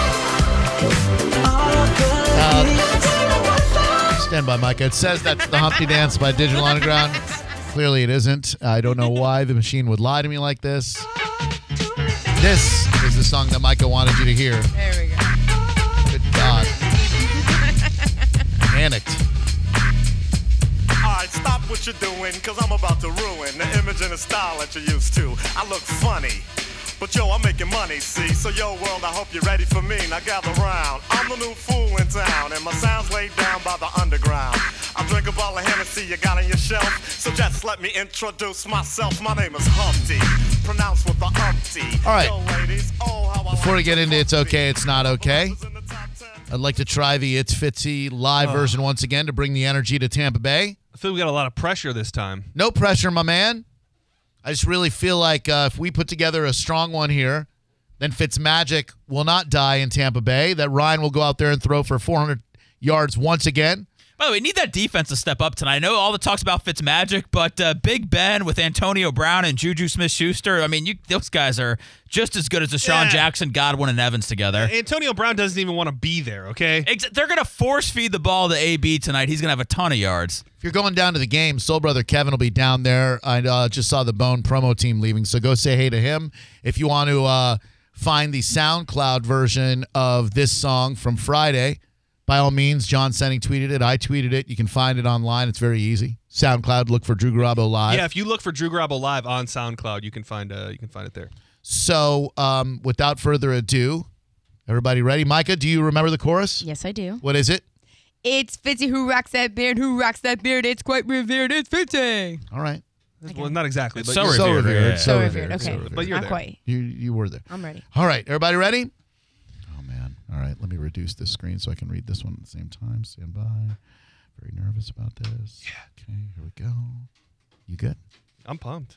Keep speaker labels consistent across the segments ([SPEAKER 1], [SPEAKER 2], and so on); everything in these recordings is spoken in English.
[SPEAKER 1] Uh, stand by, Micah. It says that's the Humpty Dance by Digital Underground. Clearly, it isn't. I don't know why the machine would lie to me like this. This is the song that Micah wanted you to hear.
[SPEAKER 2] There we go.
[SPEAKER 1] Good God. Panicked.
[SPEAKER 3] Alright, stop what you're doing, cause I'm about to ruin the image and the style that you're used to. I look funny, but yo, I'm making money, see? So yo, world, I hope you're ready for me. Now gather round. I'm the new fool in town, and my sound's laid down by the underground. I drink a bottle of Hennessy you got on your shelf, so just let me introduce myself. My name is Humpty, pronounced with the umpty.
[SPEAKER 1] All right.
[SPEAKER 3] Yo, ladies, oh, how I
[SPEAKER 1] Before we
[SPEAKER 3] like
[SPEAKER 1] get
[SPEAKER 3] to
[SPEAKER 1] into it's
[SPEAKER 3] Humpty.
[SPEAKER 1] okay, it's not okay,
[SPEAKER 3] Was in the top 10.
[SPEAKER 1] I'd like to try the It's Fitzy live version once again to bring the energy to Tampa Bay.
[SPEAKER 4] I feel we got a lot of pressure this time.
[SPEAKER 1] No pressure, my man. I just really feel like uh, if we put together a strong one here, then Fitzmagic will not die in Tampa Bay. That Ryan will go out there and throw for 400 yards once again.
[SPEAKER 5] By the way, need that defense to step up tonight. I know all the talks about Fitzmagic, but uh, Big Ben with Antonio Brown and Juju Smith-Schuster. I mean, you, those guys are just as good as Deshaun
[SPEAKER 4] Yeah.
[SPEAKER 5] Jackson, Godwin, and Evans together.
[SPEAKER 4] Antonio Brown doesn't even want to be there, okay?
[SPEAKER 5] Ex- They're going to force feed the ball to AB tonight. He's going to have a ton of yards.
[SPEAKER 1] If you're going down to the game, Soul Brother Kevin will be down there. I uh, just saw the Bone promo team leaving, so go say hey to him. If you want to uh, find the SoundCloud version of this song from Friday, by all means, John Senning tweeted it. I tweeted it. You can find it online. It's very easy. SoundCloud, look for Drew Garabo Live.
[SPEAKER 4] Yeah, if you look for Drew Garabo live on SoundCloud, you can find uh, you can find it there.
[SPEAKER 1] So, um, without further ado, everybody ready? Micah, do you remember the chorus?
[SPEAKER 2] Yes, I do.
[SPEAKER 1] What is it?
[SPEAKER 2] It's Fitzy who rocks that beard, who rocks that beard. It's quite revered. It's Fitzy.
[SPEAKER 1] All right.
[SPEAKER 4] Well, not exactly, but
[SPEAKER 5] So
[SPEAKER 4] you-
[SPEAKER 5] revered.
[SPEAKER 1] so revered.
[SPEAKER 5] yeah.
[SPEAKER 1] So, revered.
[SPEAKER 2] revered. Okay.
[SPEAKER 1] so
[SPEAKER 4] But you're
[SPEAKER 2] Not
[SPEAKER 4] there.
[SPEAKER 2] quite.
[SPEAKER 1] You, you were there.
[SPEAKER 2] I'm ready.
[SPEAKER 1] All right. Everybody ready? Oh, man. All right. Let me reduce this screen so I can read this one at the same time. Stand by. Very nervous about this. Yeah. Okay. Here we go. You good?
[SPEAKER 4] I'm pumped.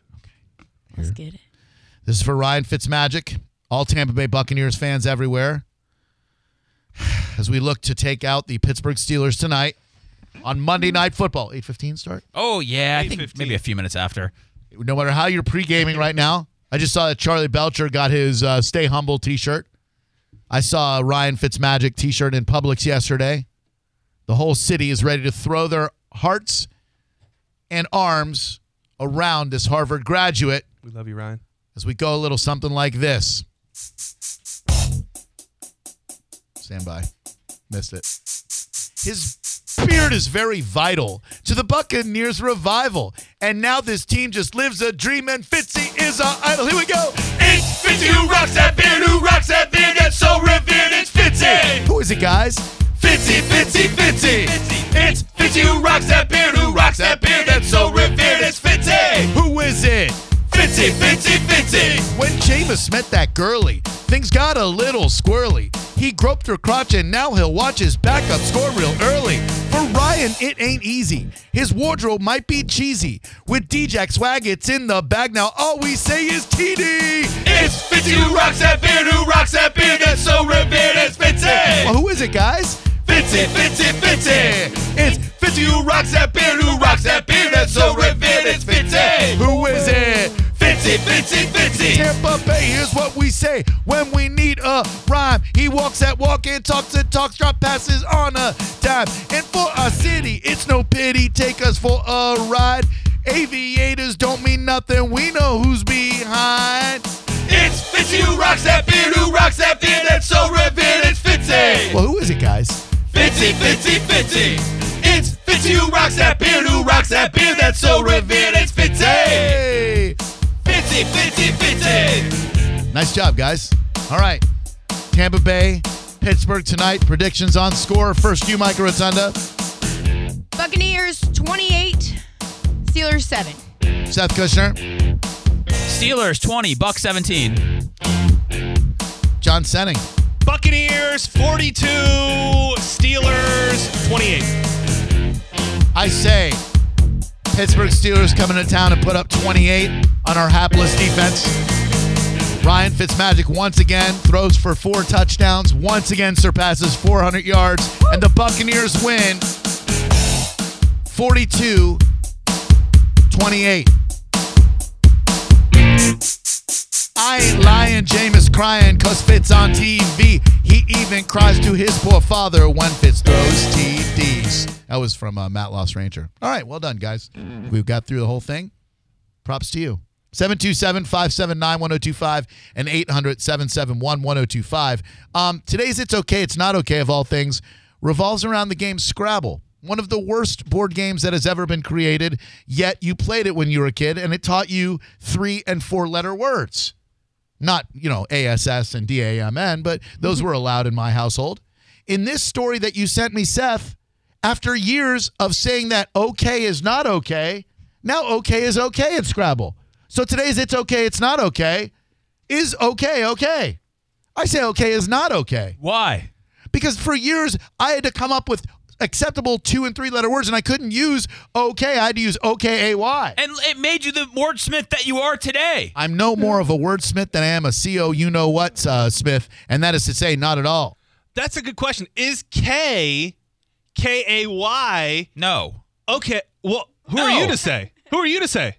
[SPEAKER 2] Let's get it.
[SPEAKER 1] This is for Ryan Fitzmagic, all Tampa Bay Buccaneers fans everywhere. As we look to take out the Pittsburgh Steelers tonight on Monday Night Football, 8:15 start.
[SPEAKER 5] Oh, yeah. I think
[SPEAKER 4] 8:15.
[SPEAKER 5] maybe a few minutes after.
[SPEAKER 1] no matter how you're pre-gaming right now. I just saw that Charlie Belcher got his uh, "Stay Humble" T-shirt. I saw a Ryan Fitzmagic T-shirt in Publix yesterday. The whole city is ready to throw their hearts and arms around this Harvard graduate
[SPEAKER 4] We love you, Ryan.
[SPEAKER 1] as we go a little something like this. Stand by. Missed it. His beard is very vital to the Buccaneers' revival. And now this team just lives a dream, and Fitzy is our idol. Here we go. It's Fitzy who rocks that beard, who rocks that beard that's so revered. It's Fitzy. Who is it, guys? Fitzy, Fitzy, Fitzy. It's Fitzy who rocks that beard, who rocks that beard that's so revered. It's Fitzy. Who is it? Fitzy, Fitzy, Fitzy. When Jameis met that girly, things got a little squirrely. He groped her crotch and now he'll watch his backup score real early. For Ryan, it ain't easy. His wardrobe might be cheesy. With D-Jack swag, it's in the bag now. All we say is TD. It's Fitzy who rocks that beard, who rocks that beard that's so revered. It's Fitzy. Well, who is it, guys? Fitzy, Fitzy, Fitzy. It's Fitzy who rocks that beard, who rocks that beard that's so revered. It's Fitzy. Who is it? Fitzy, Fitzy, Fitzy. Tampa Bay, here's what we say when we need a rhyme. He walks that walk and talks that talks, drop passes on a dime. And for our city, it's no pity. Take us for a ride. Aviators don't mean nothing. We know who's behind. It's Fitzy who rocks that beard, who rocks that beard that's so revered. It's Fitzy. Well, who is it, guys? Fitzy, Fitzy, Fitzy. It's Fitzy who rocks that beard, who rocks that beard that's so revered. It's Fitzy. Fitzy, Fitzy, Fitzy. Nice job, guys. All right. Tampa Bay, Pittsburgh tonight. Predictions on score. First, you, Mike Rotunda.
[SPEAKER 2] Buccaneers 28, Steelers 7.
[SPEAKER 1] Seth Kushner,
[SPEAKER 5] Steelers 20, Buck 17.
[SPEAKER 1] John Senning.
[SPEAKER 4] Buccaneers 42, Steelers 28.
[SPEAKER 1] I say, Pittsburgh Steelers coming to town and put up 28 on our hapless defense. Ryan Fitzmagic once again throws for four touchdowns, once again surpasses 400 yards, and the Buccaneers win 42 28. I ain't lying, Jameis crying, cause Fitz on TV. He even cries to his poor father when Fitz throws TD. 50s. That was from uh, Matt Lost Ranger. All right, well done, guys. We've got through the whole thing. Props to you. 727 579 1025 and 800 771 1025. Um, Today's It's Okay, It's Not Okay of all things revolves around the game Scrabble, one of the worst board games that has ever been created, yet you played it when you were a kid and it taught you three and four letter words not you know ASS and DAMN, but those were allowed in my household. In this story that you sent me, Seth, after years of saying that okay is not okay, now okay is okay at Scrabble. So today's it's okay, it's not okay, is okay okay. I say okay is not okay
[SPEAKER 5] Why?
[SPEAKER 1] because for years I had to come up with acceptable two and three letter words and I couldn't use okay. I had to use okay ay.
[SPEAKER 5] And it made you the wordsmith that you are today.
[SPEAKER 1] I'm no more of a wordsmith than I am a CO, you know what, uh, Smith, and that is to say, not at all.
[SPEAKER 4] That's a good question. Is K K A Y
[SPEAKER 5] No.
[SPEAKER 4] okay? Well, who are
[SPEAKER 5] No.
[SPEAKER 4] you to say? Who are you to say?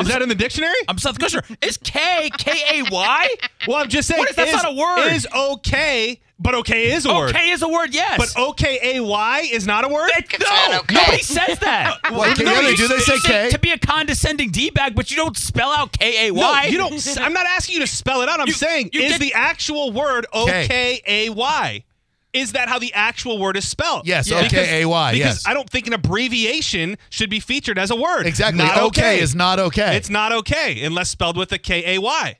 [SPEAKER 4] Is that in the dictionary?
[SPEAKER 5] I'm Seth Kushner. Is K K A Y?
[SPEAKER 4] well, I'm just saying.
[SPEAKER 5] What is- that's not a word.
[SPEAKER 4] Is okay, but okay is a word.
[SPEAKER 5] Okay is a word, yes.
[SPEAKER 4] But O K A Y is not a word.
[SPEAKER 5] no, nobody says that.
[SPEAKER 1] What, yeah, they do. They say K.
[SPEAKER 5] To be a condescending d bag, but you don't spell out K A
[SPEAKER 4] No,
[SPEAKER 5] Y.
[SPEAKER 4] you don't. s- I'm not asking you to spell it out. I'm
[SPEAKER 5] You-
[SPEAKER 4] saying
[SPEAKER 5] you
[SPEAKER 4] is
[SPEAKER 5] did-
[SPEAKER 4] the actual word O K A Y? Is that how the actual word is spelled?
[SPEAKER 1] Yes,
[SPEAKER 5] Yeah.
[SPEAKER 1] OKAY,
[SPEAKER 4] Because
[SPEAKER 1] yes.
[SPEAKER 4] I don't think an abbreviation should be featured as a word.
[SPEAKER 1] Exactly.
[SPEAKER 4] Not
[SPEAKER 1] Okay. is not okay.
[SPEAKER 4] It's not okay unless spelled with a K A Y.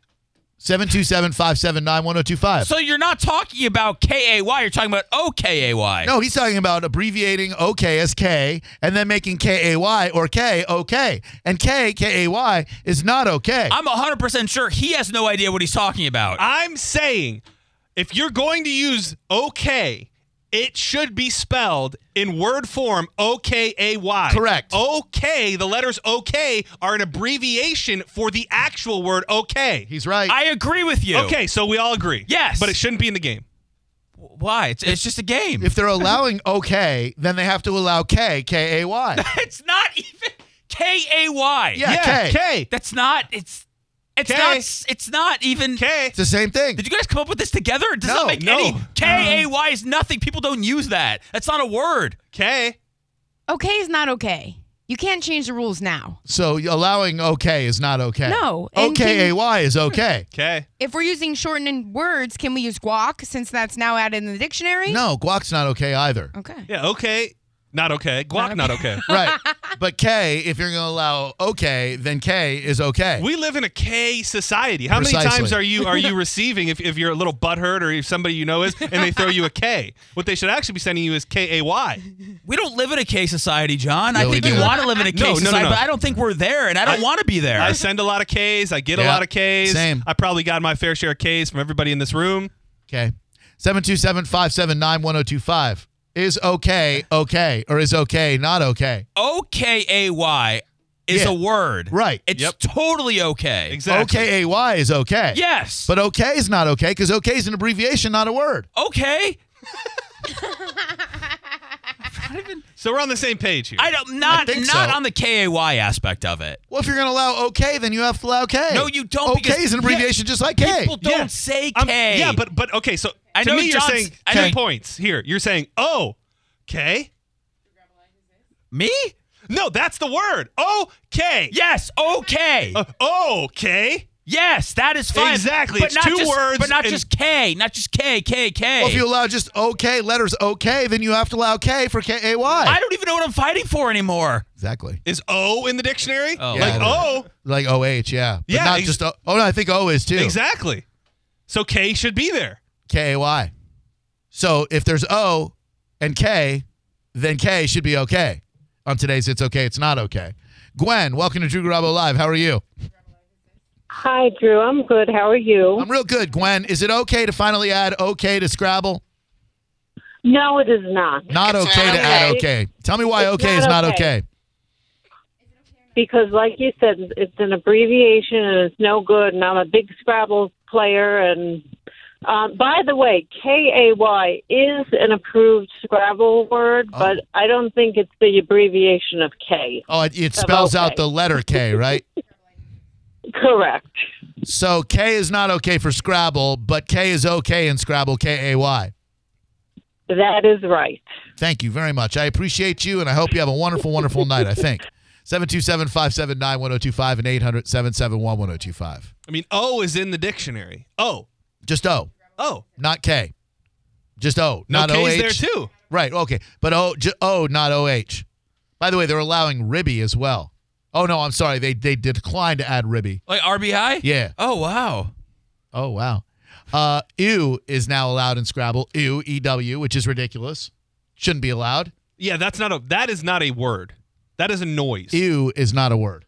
[SPEAKER 1] 727 579 1025.
[SPEAKER 5] So you're not talking about K A Y. You're talking about O K A Y.
[SPEAKER 1] No, he's talking about abbreviating okay as K and then making K A Y or K okay. And K, K A Y is not okay.
[SPEAKER 5] I'm 100% sure he has no idea what he's talking about.
[SPEAKER 4] I'm saying if you're going to use okay, it should be spelled in word form O K A Y.
[SPEAKER 1] Correct.
[SPEAKER 4] Okay, the letters okay are an abbreviation for the actual word okay.
[SPEAKER 1] he's right.
[SPEAKER 5] I agree with you.
[SPEAKER 4] Okay, so we all agree.
[SPEAKER 5] Yes.
[SPEAKER 4] But it shouldn't be in the game.
[SPEAKER 5] Why? It's, it's just a game.
[SPEAKER 1] if they're allowing okay, then they have to allow K, K A Y.
[SPEAKER 5] it's not even K A Y.
[SPEAKER 1] Yeah,
[SPEAKER 4] yeah,
[SPEAKER 1] K.
[SPEAKER 4] K.
[SPEAKER 5] That's not. It's. It's
[SPEAKER 4] K.
[SPEAKER 5] not. It's not even.
[SPEAKER 4] K.
[SPEAKER 1] It's the same thing.
[SPEAKER 5] Did you guys come up with this together? It does
[SPEAKER 1] No,
[SPEAKER 5] not make
[SPEAKER 4] no.
[SPEAKER 5] any. K A Y is nothing. People don't use that. That's not a word.
[SPEAKER 4] K.
[SPEAKER 2] Okay is not okay. You can't change the rules now.
[SPEAKER 1] So allowing okay is not okay.
[SPEAKER 2] No, and can-
[SPEAKER 1] Okay,
[SPEAKER 2] Hmm.
[SPEAKER 1] AY is okay.
[SPEAKER 4] K.
[SPEAKER 2] If we're using shortening words, can we use guac since that's now added in the dictionary?
[SPEAKER 1] No, guac's not okay either.
[SPEAKER 2] Okay.
[SPEAKER 4] Yeah, okay. Not okay. Guac, not okay.
[SPEAKER 1] Right. But K, if you're going to allow okay, then K is okay.
[SPEAKER 4] We live in a K society. How many
[SPEAKER 1] Precisely.
[SPEAKER 4] times are you are you receiving if, if you're a little butthurt or if somebody you know is and they throw you a K? What they should actually be sending you is K A Y.
[SPEAKER 5] We don't live in a K society, John. I
[SPEAKER 1] Yeah, we
[SPEAKER 5] think you
[SPEAKER 1] do.
[SPEAKER 5] want to live in a K
[SPEAKER 4] No, no, no,
[SPEAKER 5] society,
[SPEAKER 4] no.
[SPEAKER 5] but I don't think we're there, and I don't want to be there.
[SPEAKER 4] I send a lot of K's. I get a
[SPEAKER 1] Yeah,
[SPEAKER 4] lot of K's.
[SPEAKER 1] same.
[SPEAKER 4] I probably got my fair share of K's from everybody in this room.
[SPEAKER 1] okay. 727-579-1025. Is okay okay or is okay not okay?
[SPEAKER 5] O K A Y is
[SPEAKER 1] Yeah.
[SPEAKER 5] a word.
[SPEAKER 1] Right.
[SPEAKER 5] It's
[SPEAKER 4] Yep.
[SPEAKER 5] totally okay.
[SPEAKER 4] Exactly.
[SPEAKER 1] Okay AY is okay.
[SPEAKER 5] Yes.
[SPEAKER 1] But okay is not okay cuz okay is an abbreviation, not a word.
[SPEAKER 5] okay.
[SPEAKER 4] So we're on the same page here.
[SPEAKER 5] I don't not
[SPEAKER 1] think
[SPEAKER 5] not
[SPEAKER 1] so.
[SPEAKER 5] on the K A Y aspect of it.
[SPEAKER 1] Well, if you're going to allow okay, then you have to allow K.
[SPEAKER 5] No, you don't, because-
[SPEAKER 1] Okay is an abbreviation just like K.
[SPEAKER 5] People don't
[SPEAKER 4] Yeah.
[SPEAKER 5] say
[SPEAKER 4] I'm-
[SPEAKER 5] K.
[SPEAKER 4] yeah, but but okay. So
[SPEAKER 5] I
[SPEAKER 4] to
[SPEAKER 5] know
[SPEAKER 4] me, you're
[SPEAKER 5] John's-
[SPEAKER 4] saying
[SPEAKER 5] I
[SPEAKER 4] two
[SPEAKER 5] know-
[SPEAKER 4] points here. You're saying oh, K.
[SPEAKER 5] me?
[SPEAKER 4] No, that's the word. Oh, Okay.
[SPEAKER 5] Yes. Okay.
[SPEAKER 4] Uh, okay.
[SPEAKER 5] yes, that is fine.
[SPEAKER 4] Exactly,
[SPEAKER 5] But
[SPEAKER 4] it's
[SPEAKER 5] not
[SPEAKER 4] two
[SPEAKER 5] just,
[SPEAKER 4] words
[SPEAKER 5] But not
[SPEAKER 4] and-
[SPEAKER 5] just K. Not just K. K. K.
[SPEAKER 1] Well, if you allow just okay letters okay, then you have to allow K for K A Y.
[SPEAKER 5] I don't even know what I'm fighting for anymore.
[SPEAKER 1] Exactly.
[SPEAKER 4] Is O in the dictionary?
[SPEAKER 5] Oh.
[SPEAKER 4] Like
[SPEAKER 1] Yeah, I
[SPEAKER 4] O.
[SPEAKER 1] Like OH, yeah. But
[SPEAKER 4] Yeah,
[SPEAKER 1] not
[SPEAKER 4] ex-
[SPEAKER 1] just o- Oh no, I think O is too.
[SPEAKER 4] Exactly. So K should be there.
[SPEAKER 1] K A Y. So if there's O and K, then K should be okay. On today's It's Okay, It's Not Okay. Gwen, welcome to Drew Garabo Live. How are you?
[SPEAKER 6] Hi, Drew. I'm good. How are you?
[SPEAKER 1] I'm real good, Gwen. Is it okay to finally add okay to Scrabble?
[SPEAKER 6] no, it is not
[SPEAKER 1] Not okay to add okay. Tell me why
[SPEAKER 6] It's
[SPEAKER 1] okay
[SPEAKER 6] not
[SPEAKER 1] is not
[SPEAKER 6] okay.
[SPEAKER 1] okay.
[SPEAKER 6] because, like you said, it's an abbreviation and it's no good. And I'm a big Scrabble player. And um, by the way, K A Y is an approved Scrabble word,
[SPEAKER 7] Oh.
[SPEAKER 6] but I don't think it's the abbreviation of K.
[SPEAKER 1] Oh, it, it spells out
[SPEAKER 6] okay.
[SPEAKER 1] the letter K, right?
[SPEAKER 6] Correct.
[SPEAKER 1] so K is not okay for Scrabble, but K is okay in Scrabble, K A Y.
[SPEAKER 6] That is right.
[SPEAKER 1] Thank you very much. I appreciate you, and I hope you have a wonderful, wonderful night, I think. 727 579 1025 and 800 771 1025.
[SPEAKER 4] I mean, O is in the dictionary. O.
[SPEAKER 1] Just O,
[SPEAKER 4] O.
[SPEAKER 1] not K. Just O,
[SPEAKER 4] No
[SPEAKER 1] not O H.
[SPEAKER 4] K's there too.
[SPEAKER 1] Right, okay. But O, j- o not O H. By the way, they're allowing Ribby as well. Oh, no, I'm sorry. They, they declined to add Ribby.
[SPEAKER 5] Like RBI?
[SPEAKER 1] Yeah.
[SPEAKER 5] Oh wow.
[SPEAKER 1] Oh wow. Uh, ew is now allowed in Scrabble. Ew, E W, which is ridiculous. Shouldn't be allowed.
[SPEAKER 4] Yeah, that's not a that is not a word. That is a noise.
[SPEAKER 1] Ew is not a word,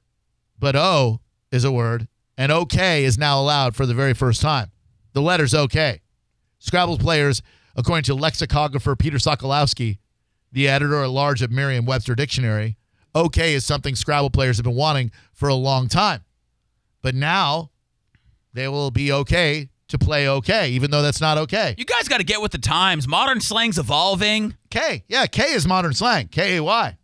[SPEAKER 1] but O is a word, and OK is now allowed for the very first time. The letter's OK. Scrabble players, according to lexicographer Peter Sokolowski, the editor at large of Merriam-Webster Dictionary, OK is something Scrabble players have been wanting for a long time, but now they will be OK to play OK, even though that's not OK.
[SPEAKER 5] You guys got to get with the times. Modern slang's evolving.
[SPEAKER 1] K. Yeah, K is modern slang. K A Y.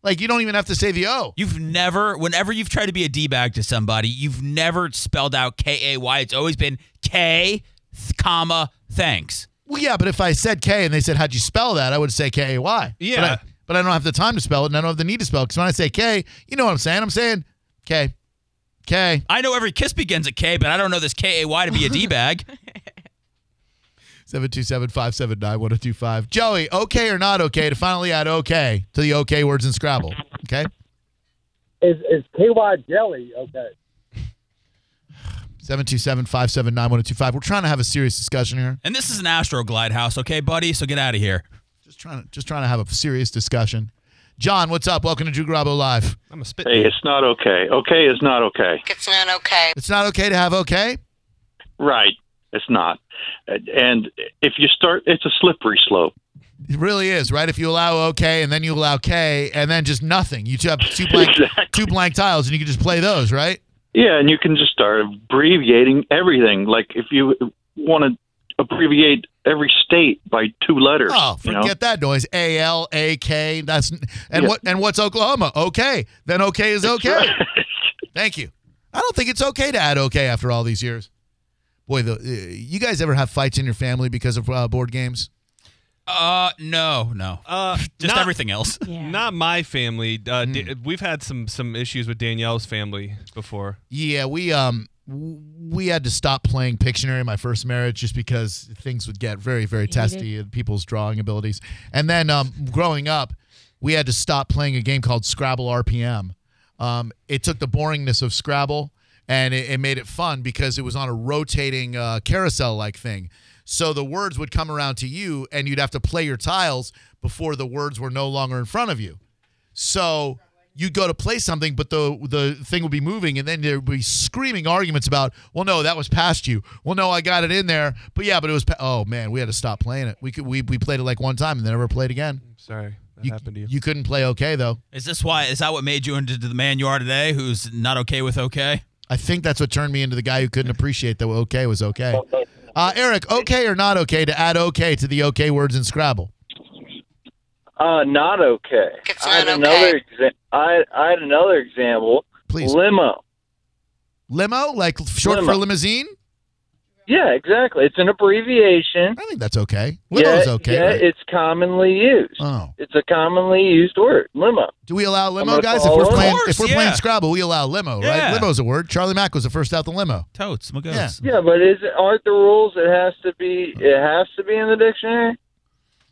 [SPEAKER 1] Like you don't even have to say the O.
[SPEAKER 5] You've never, whenever you've tried to be a d bag to somebody, you've never spelled out K A Y. It's always been K, th- comma, thanks.
[SPEAKER 1] Well, yeah, but if I said K and they said how'd you spell that, I would say K A Y.
[SPEAKER 4] Yeah.
[SPEAKER 1] But I, but I don't have the time to spell it, and I don't have the need to spell it. Because when I say K, you know what I'm saying? I'm saying K, K.
[SPEAKER 5] I know every kiss begins at K, but I don't know this K A Y to be a d bag.
[SPEAKER 1] Seven two seven five seven nine one zero two five. Joey, okay or not okay to finally add okay to the okay words in Scrabble. Okay.
[SPEAKER 8] Is is KY jelly okay?
[SPEAKER 1] 727 579 1025. We're trying to have a serious discussion here.
[SPEAKER 5] and this is an Astroglide house, okay, buddy? So get out of here.
[SPEAKER 1] Just trying to just trying to have a serious discussion. John, what's up? Welcome to Drew Garabo Live.
[SPEAKER 4] I'm a spit.
[SPEAKER 7] Hey, it's not okay. Okay is not okay.
[SPEAKER 9] It's not okay.
[SPEAKER 1] It's not okay to have okay?
[SPEAKER 7] Right. It's not. And if you start, it's a slippery slope.
[SPEAKER 1] It really is, right? If you allow OK and then you allow K and then just nothing, you two have two blank
[SPEAKER 7] Exactly.
[SPEAKER 1] two blank tiles and you can just play those, right?
[SPEAKER 7] Yeah, and you can just start abbreviating everything. Like if you want to abbreviate every state by two letters.
[SPEAKER 1] Oh,
[SPEAKER 7] you
[SPEAKER 1] forget
[SPEAKER 7] know?
[SPEAKER 1] that noise. A L A K. That's and
[SPEAKER 7] Yeah.
[SPEAKER 1] what and what's Oklahoma? Okay, then okay is okay.
[SPEAKER 7] Right.
[SPEAKER 1] Thank you. I don't think it's okay to add okay after all these years. Boy, the, uh, you guys ever have fights in your family because of uh, board games?
[SPEAKER 5] Uh, no, no.
[SPEAKER 4] Uh,
[SPEAKER 5] Just
[SPEAKER 4] not,
[SPEAKER 5] everything else.
[SPEAKER 2] Yeah.
[SPEAKER 4] Not my family. Uh, Da- we've had some some issues with Danielle's family before.
[SPEAKER 1] Yeah, we um w- we had to stop playing Pictionary in my first marriage just because things would get very very testy and people's drawing abilities. And then um growing up, we had to stop playing a game called Scrabble RPM. Um, it took the boringness of Scrabble and it, it made it fun because it was on a rotating uh, carousel like thing. So the words would come around to you and you'd have to play your tiles before the words were no longer in front of you. So you go to play something, but the the thing will be moving, and then there will be screaming arguments about, well, no, that was past you. Well, no, I got it in there, but yeah, but it was. Pa- oh man, we had to stop playing it. We could we, we played it like one time and then never played again.
[SPEAKER 4] Sorry, that
[SPEAKER 1] You,
[SPEAKER 4] happened to you.
[SPEAKER 1] you couldn't play okay though.
[SPEAKER 5] Is this why? Is that what made you into the man you are today? Who's not okay with okay?
[SPEAKER 1] I think that's what turned me into the guy who couldn't appreciate that okay was okay. Uh, Eric, okay or not okay to add okay to the okay words in Scrabble?
[SPEAKER 8] Uh, not okay.
[SPEAKER 9] It's
[SPEAKER 8] I had
[SPEAKER 9] not
[SPEAKER 8] another exa- I I had another example.
[SPEAKER 1] Please.
[SPEAKER 8] Limo.
[SPEAKER 1] Limo, like short for
[SPEAKER 8] Limo.
[SPEAKER 1] limousine.
[SPEAKER 8] Yeah, exactly. It's an abbreviation.
[SPEAKER 1] I think that's okay. Limo's
[SPEAKER 8] yeah,
[SPEAKER 1] okay.
[SPEAKER 8] Yeah,
[SPEAKER 1] right?
[SPEAKER 8] it's commonly used.
[SPEAKER 1] oh.
[SPEAKER 8] It's a commonly used word. Limo.
[SPEAKER 1] Do we allow limo,
[SPEAKER 8] gonna
[SPEAKER 1] guys? If
[SPEAKER 8] call
[SPEAKER 1] we're
[SPEAKER 8] it. Of
[SPEAKER 1] playing, if
[SPEAKER 5] course,
[SPEAKER 1] we're playing
[SPEAKER 5] yeah.
[SPEAKER 1] Scrabble, we allow limo,
[SPEAKER 5] Yeah.
[SPEAKER 1] right? Limo's a word. Charlie Mack was the first out the limo.
[SPEAKER 5] Totes, my
[SPEAKER 1] Yeah.
[SPEAKER 8] Yeah, but is it, aren't the rules? It has to be. It has to be in the dictionary.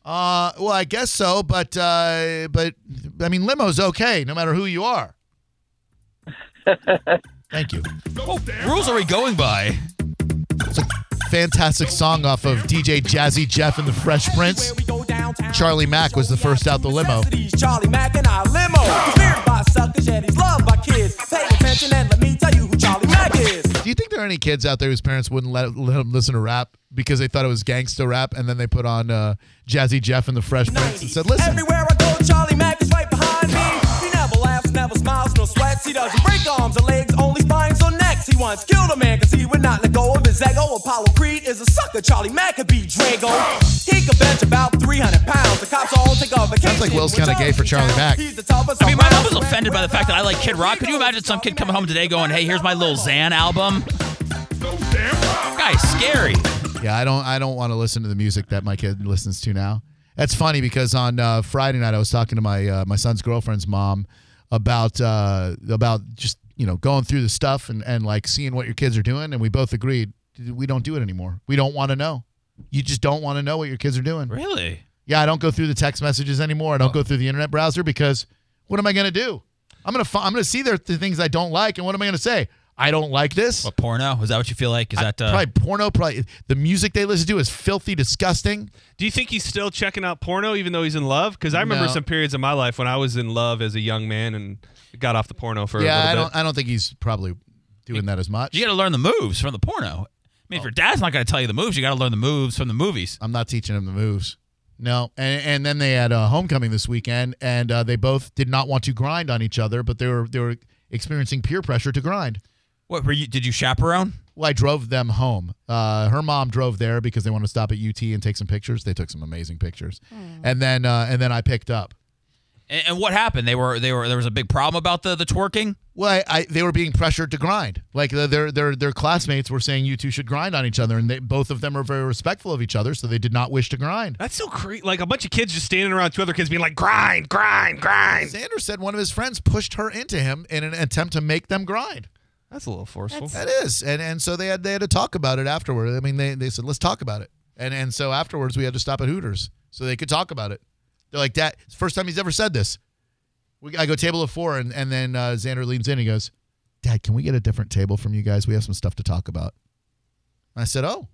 [SPEAKER 1] Uh, well, I guess so, but uh, but I mean, limo's okay, no matter who you are. Thank you.
[SPEAKER 5] Rules are we going by?
[SPEAKER 1] Fantastic song off of DJ Jazzy Jeff and the Fresh Prince. Charlie Mack was the first out the limo.
[SPEAKER 10] Charlie Mack and I limo. Feared by suckers, yet he's loved by kids. Pay attention and let me tell you who Charlie Mack is.
[SPEAKER 1] Do you think there are any kids out there whose parents wouldn't let, let them listen to rap because they thought it was gangsta rap, and then they put on uh, Jazzy Jeff and the Fresh Prince and said, "Listen,
[SPEAKER 10] Everywhere I go, Charlie Mack is right behind me. He never laughs, never smiles, no sweats. He doesn't break arms or legs, only spines or necks. He once killed a man because he would not let go of his ego. Apollo Creed is a sucker. Charlie Mack could be Drago. He could bench about 300 pounds. The cops all take a vacation.
[SPEAKER 1] like Will's
[SPEAKER 10] with
[SPEAKER 1] kinda gay for Charlie Mack.
[SPEAKER 10] He's the toughest
[SPEAKER 5] I mean, my mom was
[SPEAKER 10] around.
[SPEAKER 5] offended by the fact that I like Kid Rock. Could you imagine some kid coming home today going, "Hey, here's my little Xan album"? Guy's scary.
[SPEAKER 1] Yeah, I don't I don't want to listen to the music that my kid listens to now. That's funny because on uh, Friday night I was talking to my uh, my son's girlfriend's mom about uh, about just you know going through the stuff and, and like seeing what your kids are doing, and we both agreed we don't do it anymore. We don't want to know. You just don't want to know what your kids are doing.
[SPEAKER 5] Really?
[SPEAKER 1] Yeah, I don't go through the text messages anymore. I don't go through the internet browser because what am I going to do? I'm going to fi- I'm going to see their the things I don't like, and what am I going to say? I don't like this.
[SPEAKER 5] A porno? Is that what you feel like? Is that uh,
[SPEAKER 1] probably porno. Probably the music they listen to is filthy, disgusting.
[SPEAKER 4] Do you think he's still checking out porno even though he's in love? Because I remember
[SPEAKER 1] No.
[SPEAKER 4] some periods of my life when I was in love as a young man and got off the porno for
[SPEAKER 1] yeah,
[SPEAKER 4] a
[SPEAKER 1] I
[SPEAKER 4] little
[SPEAKER 1] don't. I don't think he's probably doing that as much.
[SPEAKER 5] you got to learn the moves from the porno? I mean, if your dad's not going to tell you the moves, you got to learn the moves from the movies.
[SPEAKER 1] I'm not teaching them the moves. No, and and then they had a homecoming this weekend, and uh, they both did not want to grind on each other, but they were they were experiencing peer pressure to grind.
[SPEAKER 5] What were you? Did you chaperone?
[SPEAKER 1] Well, I drove them home. Uh, her mom drove there because they wanted to stop at UT and take some pictures. They took some amazing pictures, and then uh, and then I picked up.
[SPEAKER 5] And, and what happened? They were they were there was a big problem about the the twerking.
[SPEAKER 1] Well, I, I they were being pressured to grind. Like the, their their their classmates were saying you two should grind on each other, and they, both of them are very respectful of each other, so they did not wish to grind.
[SPEAKER 4] That's so crazy. Like a bunch of kids just standing around two other kids being like, grind, grind, grind.
[SPEAKER 1] Sanders said one of his friends pushed her into him in an attempt to make them grind.
[SPEAKER 4] That's a little forceful.
[SPEAKER 1] That is, and and so they had they had to talk about it afterward. I mean, they, they said let's talk about it, and and so afterwards we had to stop at Hooters so they could talk about it. They're like, "Dad, it's the first time he's ever said this." We, I go table of four, and and then uh, Xander leans in. He goes, "Dad, can we get a different table from you guys? We have some stuff to talk about." And I said, "Oh,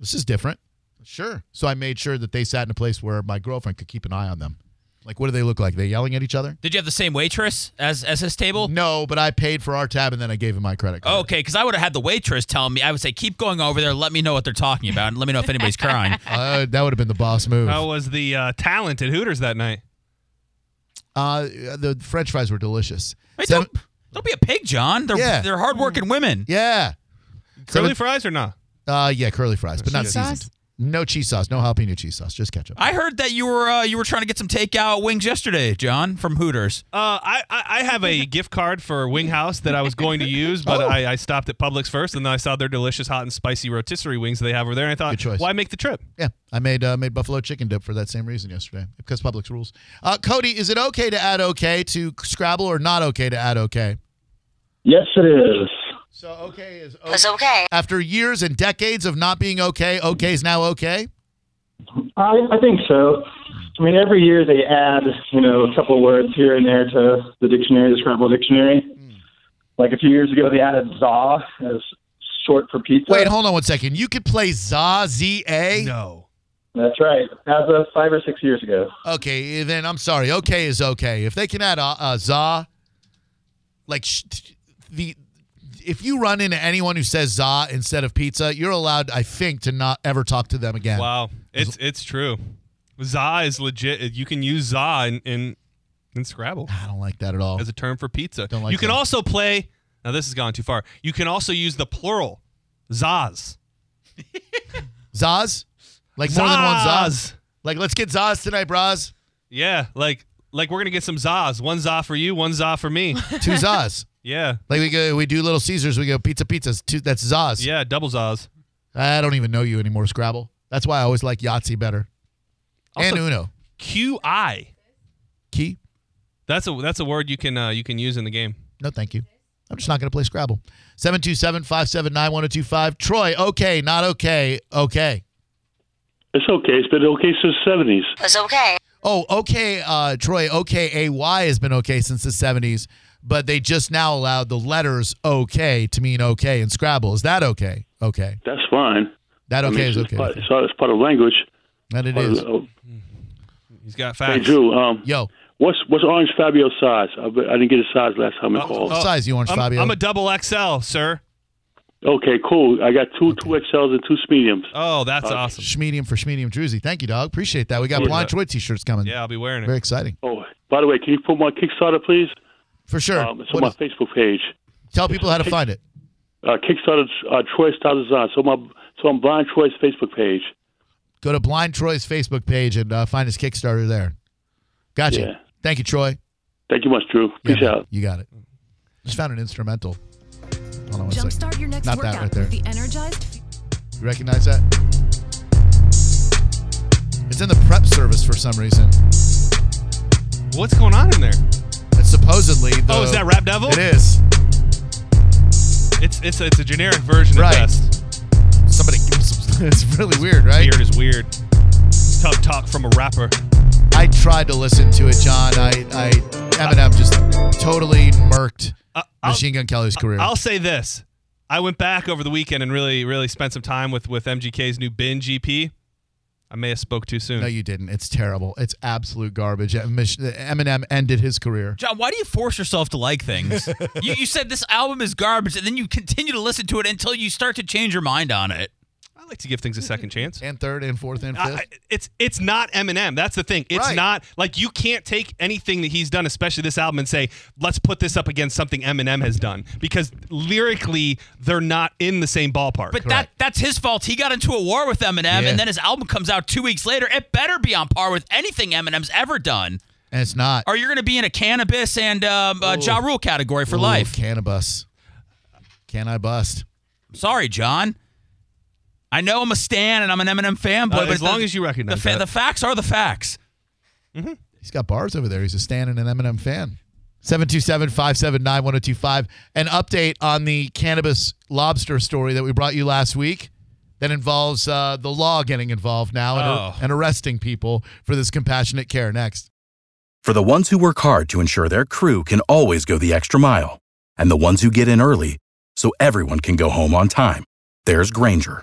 [SPEAKER 1] this is different." Sure. So I made sure that they sat in a place where my girlfriend could keep an eye on them. Like, what do they look like? they yelling at each other?
[SPEAKER 5] Did you have the same waitress as as his table?
[SPEAKER 1] No, but I paid for our tab, and then I gave him my credit card.
[SPEAKER 5] Okay, because I would have had the waitress tell me. I would say, keep going over there. Let me know what they're talking about, and let me know if anybody's crying.
[SPEAKER 1] Uh, that would have been the boss move.
[SPEAKER 4] How was the uh, talent at Hooters that night?
[SPEAKER 1] Uh, the French fries were delicious.
[SPEAKER 5] Hey,
[SPEAKER 1] Seven-
[SPEAKER 5] don't, don't be a pig, John. They're
[SPEAKER 1] Yeah. Mm.
[SPEAKER 5] they're hardworking women.
[SPEAKER 1] yeah,
[SPEAKER 4] Curly
[SPEAKER 1] Seven-
[SPEAKER 4] fries or not?
[SPEAKER 1] uh, yeah, curly fries, but not
[SPEAKER 2] Cheese
[SPEAKER 1] seasoned.
[SPEAKER 2] sauce?
[SPEAKER 1] No cheese sauce, no jalapeno cheese sauce, just ketchup.
[SPEAKER 5] I heard that you were uh, you were trying to get some takeout wings yesterday, John, from Hooters.
[SPEAKER 4] Uh, I, I I have a gift card for Winghouse that I was going to use, but
[SPEAKER 1] Oh.
[SPEAKER 4] I, I stopped at Publix first, and then I saw their delicious hot and spicy rotisserie wings they have over there, and I
[SPEAKER 1] Good
[SPEAKER 4] thought,
[SPEAKER 1] choice.
[SPEAKER 4] why make the trip?
[SPEAKER 1] yeah, I made uh, made buffalo chicken dip for that same reason yesterday because Publix rules. Uh, Cody, is it okay to add okay to Scrabble or not okay to add okay?
[SPEAKER 7] Yes, it is.
[SPEAKER 1] So okay is
[SPEAKER 9] It's okay.
[SPEAKER 1] After years and decades of not being okay, okay is now okay.
[SPEAKER 8] I, I think so. I mean, every year they add, you know, a couple of words here and there to the dictionary, the Scrabble dictionary.
[SPEAKER 7] Hmm.
[SPEAKER 8] Like a few years ago, they added "za" as short for pizza.
[SPEAKER 1] Wait, hold on one second. You could play za z a.
[SPEAKER 4] No.
[SPEAKER 8] That's right. As of five or six years ago.
[SPEAKER 1] Okay, then I'm sorry. Okay is okay. If they can add uh, uh, za, like sh- t- the if you run into anyone who says za instead of pizza, you're allowed, I think, to not ever talk to them again.
[SPEAKER 4] Wow, it's it's true. Za is legit. You can use za in in, in Scrabble
[SPEAKER 1] I don't like that at all.
[SPEAKER 4] as a term for pizza.
[SPEAKER 1] Don't like
[SPEAKER 4] you can
[SPEAKER 1] that.
[SPEAKER 4] also play. Now this has gone too far. You can also use the plural, zas.
[SPEAKER 1] Zaz, like more than one zaz.
[SPEAKER 4] Zaz.
[SPEAKER 1] Like let's get zaz tonight, bras.
[SPEAKER 4] Yeah, like like we're gonna get some zas. One za for you, one za for me.
[SPEAKER 1] Two zaz.
[SPEAKER 4] yeah,
[SPEAKER 1] like we go, we do Little Caesars. We go pizza, pizzas. Two, that's zaz.
[SPEAKER 4] yeah, double zas.
[SPEAKER 1] I don't even know you anymore, Scrabble. That's why I always like Yahtzee better. and
[SPEAKER 4] Also-
[SPEAKER 1] Uno.
[SPEAKER 4] Qi.
[SPEAKER 1] Key.
[SPEAKER 4] That's a that's a word you can uh, you can use in the game.
[SPEAKER 1] No, thank you. I'm just not going to play Scrabble. 727 579 1025. Troy, okay, not okay, okay.
[SPEAKER 7] It's okay. It's been okay since the 70s.
[SPEAKER 9] It's okay.
[SPEAKER 1] Oh, okay, uh, Troy, okay, AY has been okay since the 70s, but they just now allowed the letters okay to mean okay in Scrabble. Is that okay? Okay.
[SPEAKER 7] That's fine.
[SPEAKER 1] That
[SPEAKER 7] I mean,
[SPEAKER 1] okay is
[SPEAKER 7] it's
[SPEAKER 1] okay.
[SPEAKER 7] Part, so it's part of language.
[SPEAKER 1] That it
[SPEAKER 7] Part
[SPEAKER 1] is.
[SPEAKER 7] of- oh,
[SPEAKER 4] He's got
[SPEAKER 7] hey,
[SPEAKER 4] facts.
[SPEAKER 7] Drew, um,
[SPEAKER 1] Yo,
[SPEAKER 7] what's what's Orange Fabio's size? I, bet- I didn't get his size last time I
[SPEAKER 4] Oh,
[SPEAKER 7] called.
[SPEAKER 1] what size you, Orange
[SPEAKER 4] I'm,
[SPEAKER 1] Fabio?
[SPEAKER 4] I'm a double XL, sir.
[SPEAKER 7] Okay, cool. I got two two XLs and two mediums.
[SPEAKER 1] Uh,
[SPEAKER 4] Oh, that's awesome.
[SPEAKER 1] Schmedium for Schmedium Druzy. Thank you, dog. Appreciate that. We got
[SPEAKER 7] Yeah.
[SPEAKER 1] Blind Troy t shirts coming.
[SPEAKER 4] Yeah, I'll be wearing
[SPEAKER 1] Very
[SPEAKER 4] it.
[SPEAKER 1] exciting.
[SPEAKER 7] Oh, by the way, can you put my Kickstarter, please?
[SPEAKER 1] For sure.
[SPEAKER 7] Um, it's on
[SPEAKER 1] What
[SPEAKER 7] my
[SPEAKER 1] is-
[SPEAKER 7] Facebook page.
[SPEAKER 1] tell people how to find it.
[SPEAKER 7] Uh, Kickstarter uh, Troy Star Design. So my so I'm Blind Troy's Facebook page.
[SPEAKER 1] go to Blind Troy's Facebook page and uh, find his Kickstarter there. Gotcha.
[SPEAKER 7] Yeah.
[SPEAKER 1] Thank you, Troy.
[SPEAKER 7] Thank you much, Drew.
[SPEAKER 1] Yeah,
[SPEAKER 7] Peace
[SPEAKER 1] man,
[SPEAKER 7] out.
[SPEAKER 1] You got it. Just found an instrumental. Hold on one second.
[SPEAKER 9] Jumpstart your next
[SPEAKER 1] Not that
[SPEAKER 9] workout
[SPEAKER 1] right there.
[SPEAKER 9] with the energized
[SPEAKER 1] You recognize that? It's in the prep service for some reason.
[SPEAKER 4] What's going on in there?
[SPEAKER 1] It's supposedly the.
[SPEAKER 4] Oh, is that Rap Devil?
[SPEAKER 1] It is.
[SPEAKER 4] It's it's it's a generic version
[SPEAKER 1] Right.
[SPEAKER 4] at best.
[SPEAKER 1] Somebody give him some. It's really weird, right?
[SPEAKER 4] Beard is weird. Tough talk from a rapper.
[SPEAKER 1] I tried to listen to it, John. I, I Eminem just totally murked
[SPEAKER 4] Uh, I'll-
[SPEAKER 1] Machine Gun Kelly's career.
[SPEAKER 4] I'll say this. I went back over the weekend and really, really spent some time with with MGK's new binge EP. I may have spoke too soon.
[SPEAKER 1] no, you didn't. It's terrible. It's absolute garbage. Em- Mich- Eminem ended his career.
[SPEAKER 5] John, why do you force yourself to like things? you, you said this album is garbage, and then you continue to listen to it until you start to change your mind on it.
[SPEAKER 4] I like to give things a second chance.
[SPEAKER 1] And third, and fourth, and fifth.
[SPEAKER 4] I- I- it's it's not Eminem. That's the thing. It's
[SPEAKER 1] Right.
[SPEAKER 4] not like you can't take anything that he's done, especially this album, and say let's put this up against something Eminem has done because lyrically they're not in the same ballpark.
[SPEAKER 5] But that that's his fault. He got into a war with Eminem,
[SPEAKER 1] Yeah.
[SPEAKER 5] and then his album comes out two weeks later. It better be on par with anything Eminem's ever done,
[SPEAKER 1] and it's not.
[SPEAKER 5] or you're going to be in a cannabis and um, uh, Ja Rule category for
[SPEAKER 1] Oh. Ooh,
[SPEAKER 5] life.
[SPEAKER 1] Can I bust? Can I bust?
[SPEAKER 5] Sorry, John. I know I'm a stan and I'm an Eminem fanboy,
[SPEAKER 4] Uh,
[SPEAKER 5] but
[SPEAKER 4] as
[SPEAKER 5] the-
[SPEAKER 4] long as you recognize
[SPEAKER 5] the, fa-
[SPEAKER 4] that.
[SPEAKER 5] the facts are the facts.
[SPEAKER 1] He's got bars over there. He's a Stan and an Eminem fan. 727-579-1025. An update on the cannabis lobster story that we brought you last week that involves uh, the law getting involved now and,
[SPEAKER 5] Oh.
[SPEAKER 1] and arresting people for this compassionate care. Next.
[SPEAKER 3] For the ones who work hard to ensure their crew can always go the extra mile, and the ones who get in early so everyone can go home on time, there's Granger,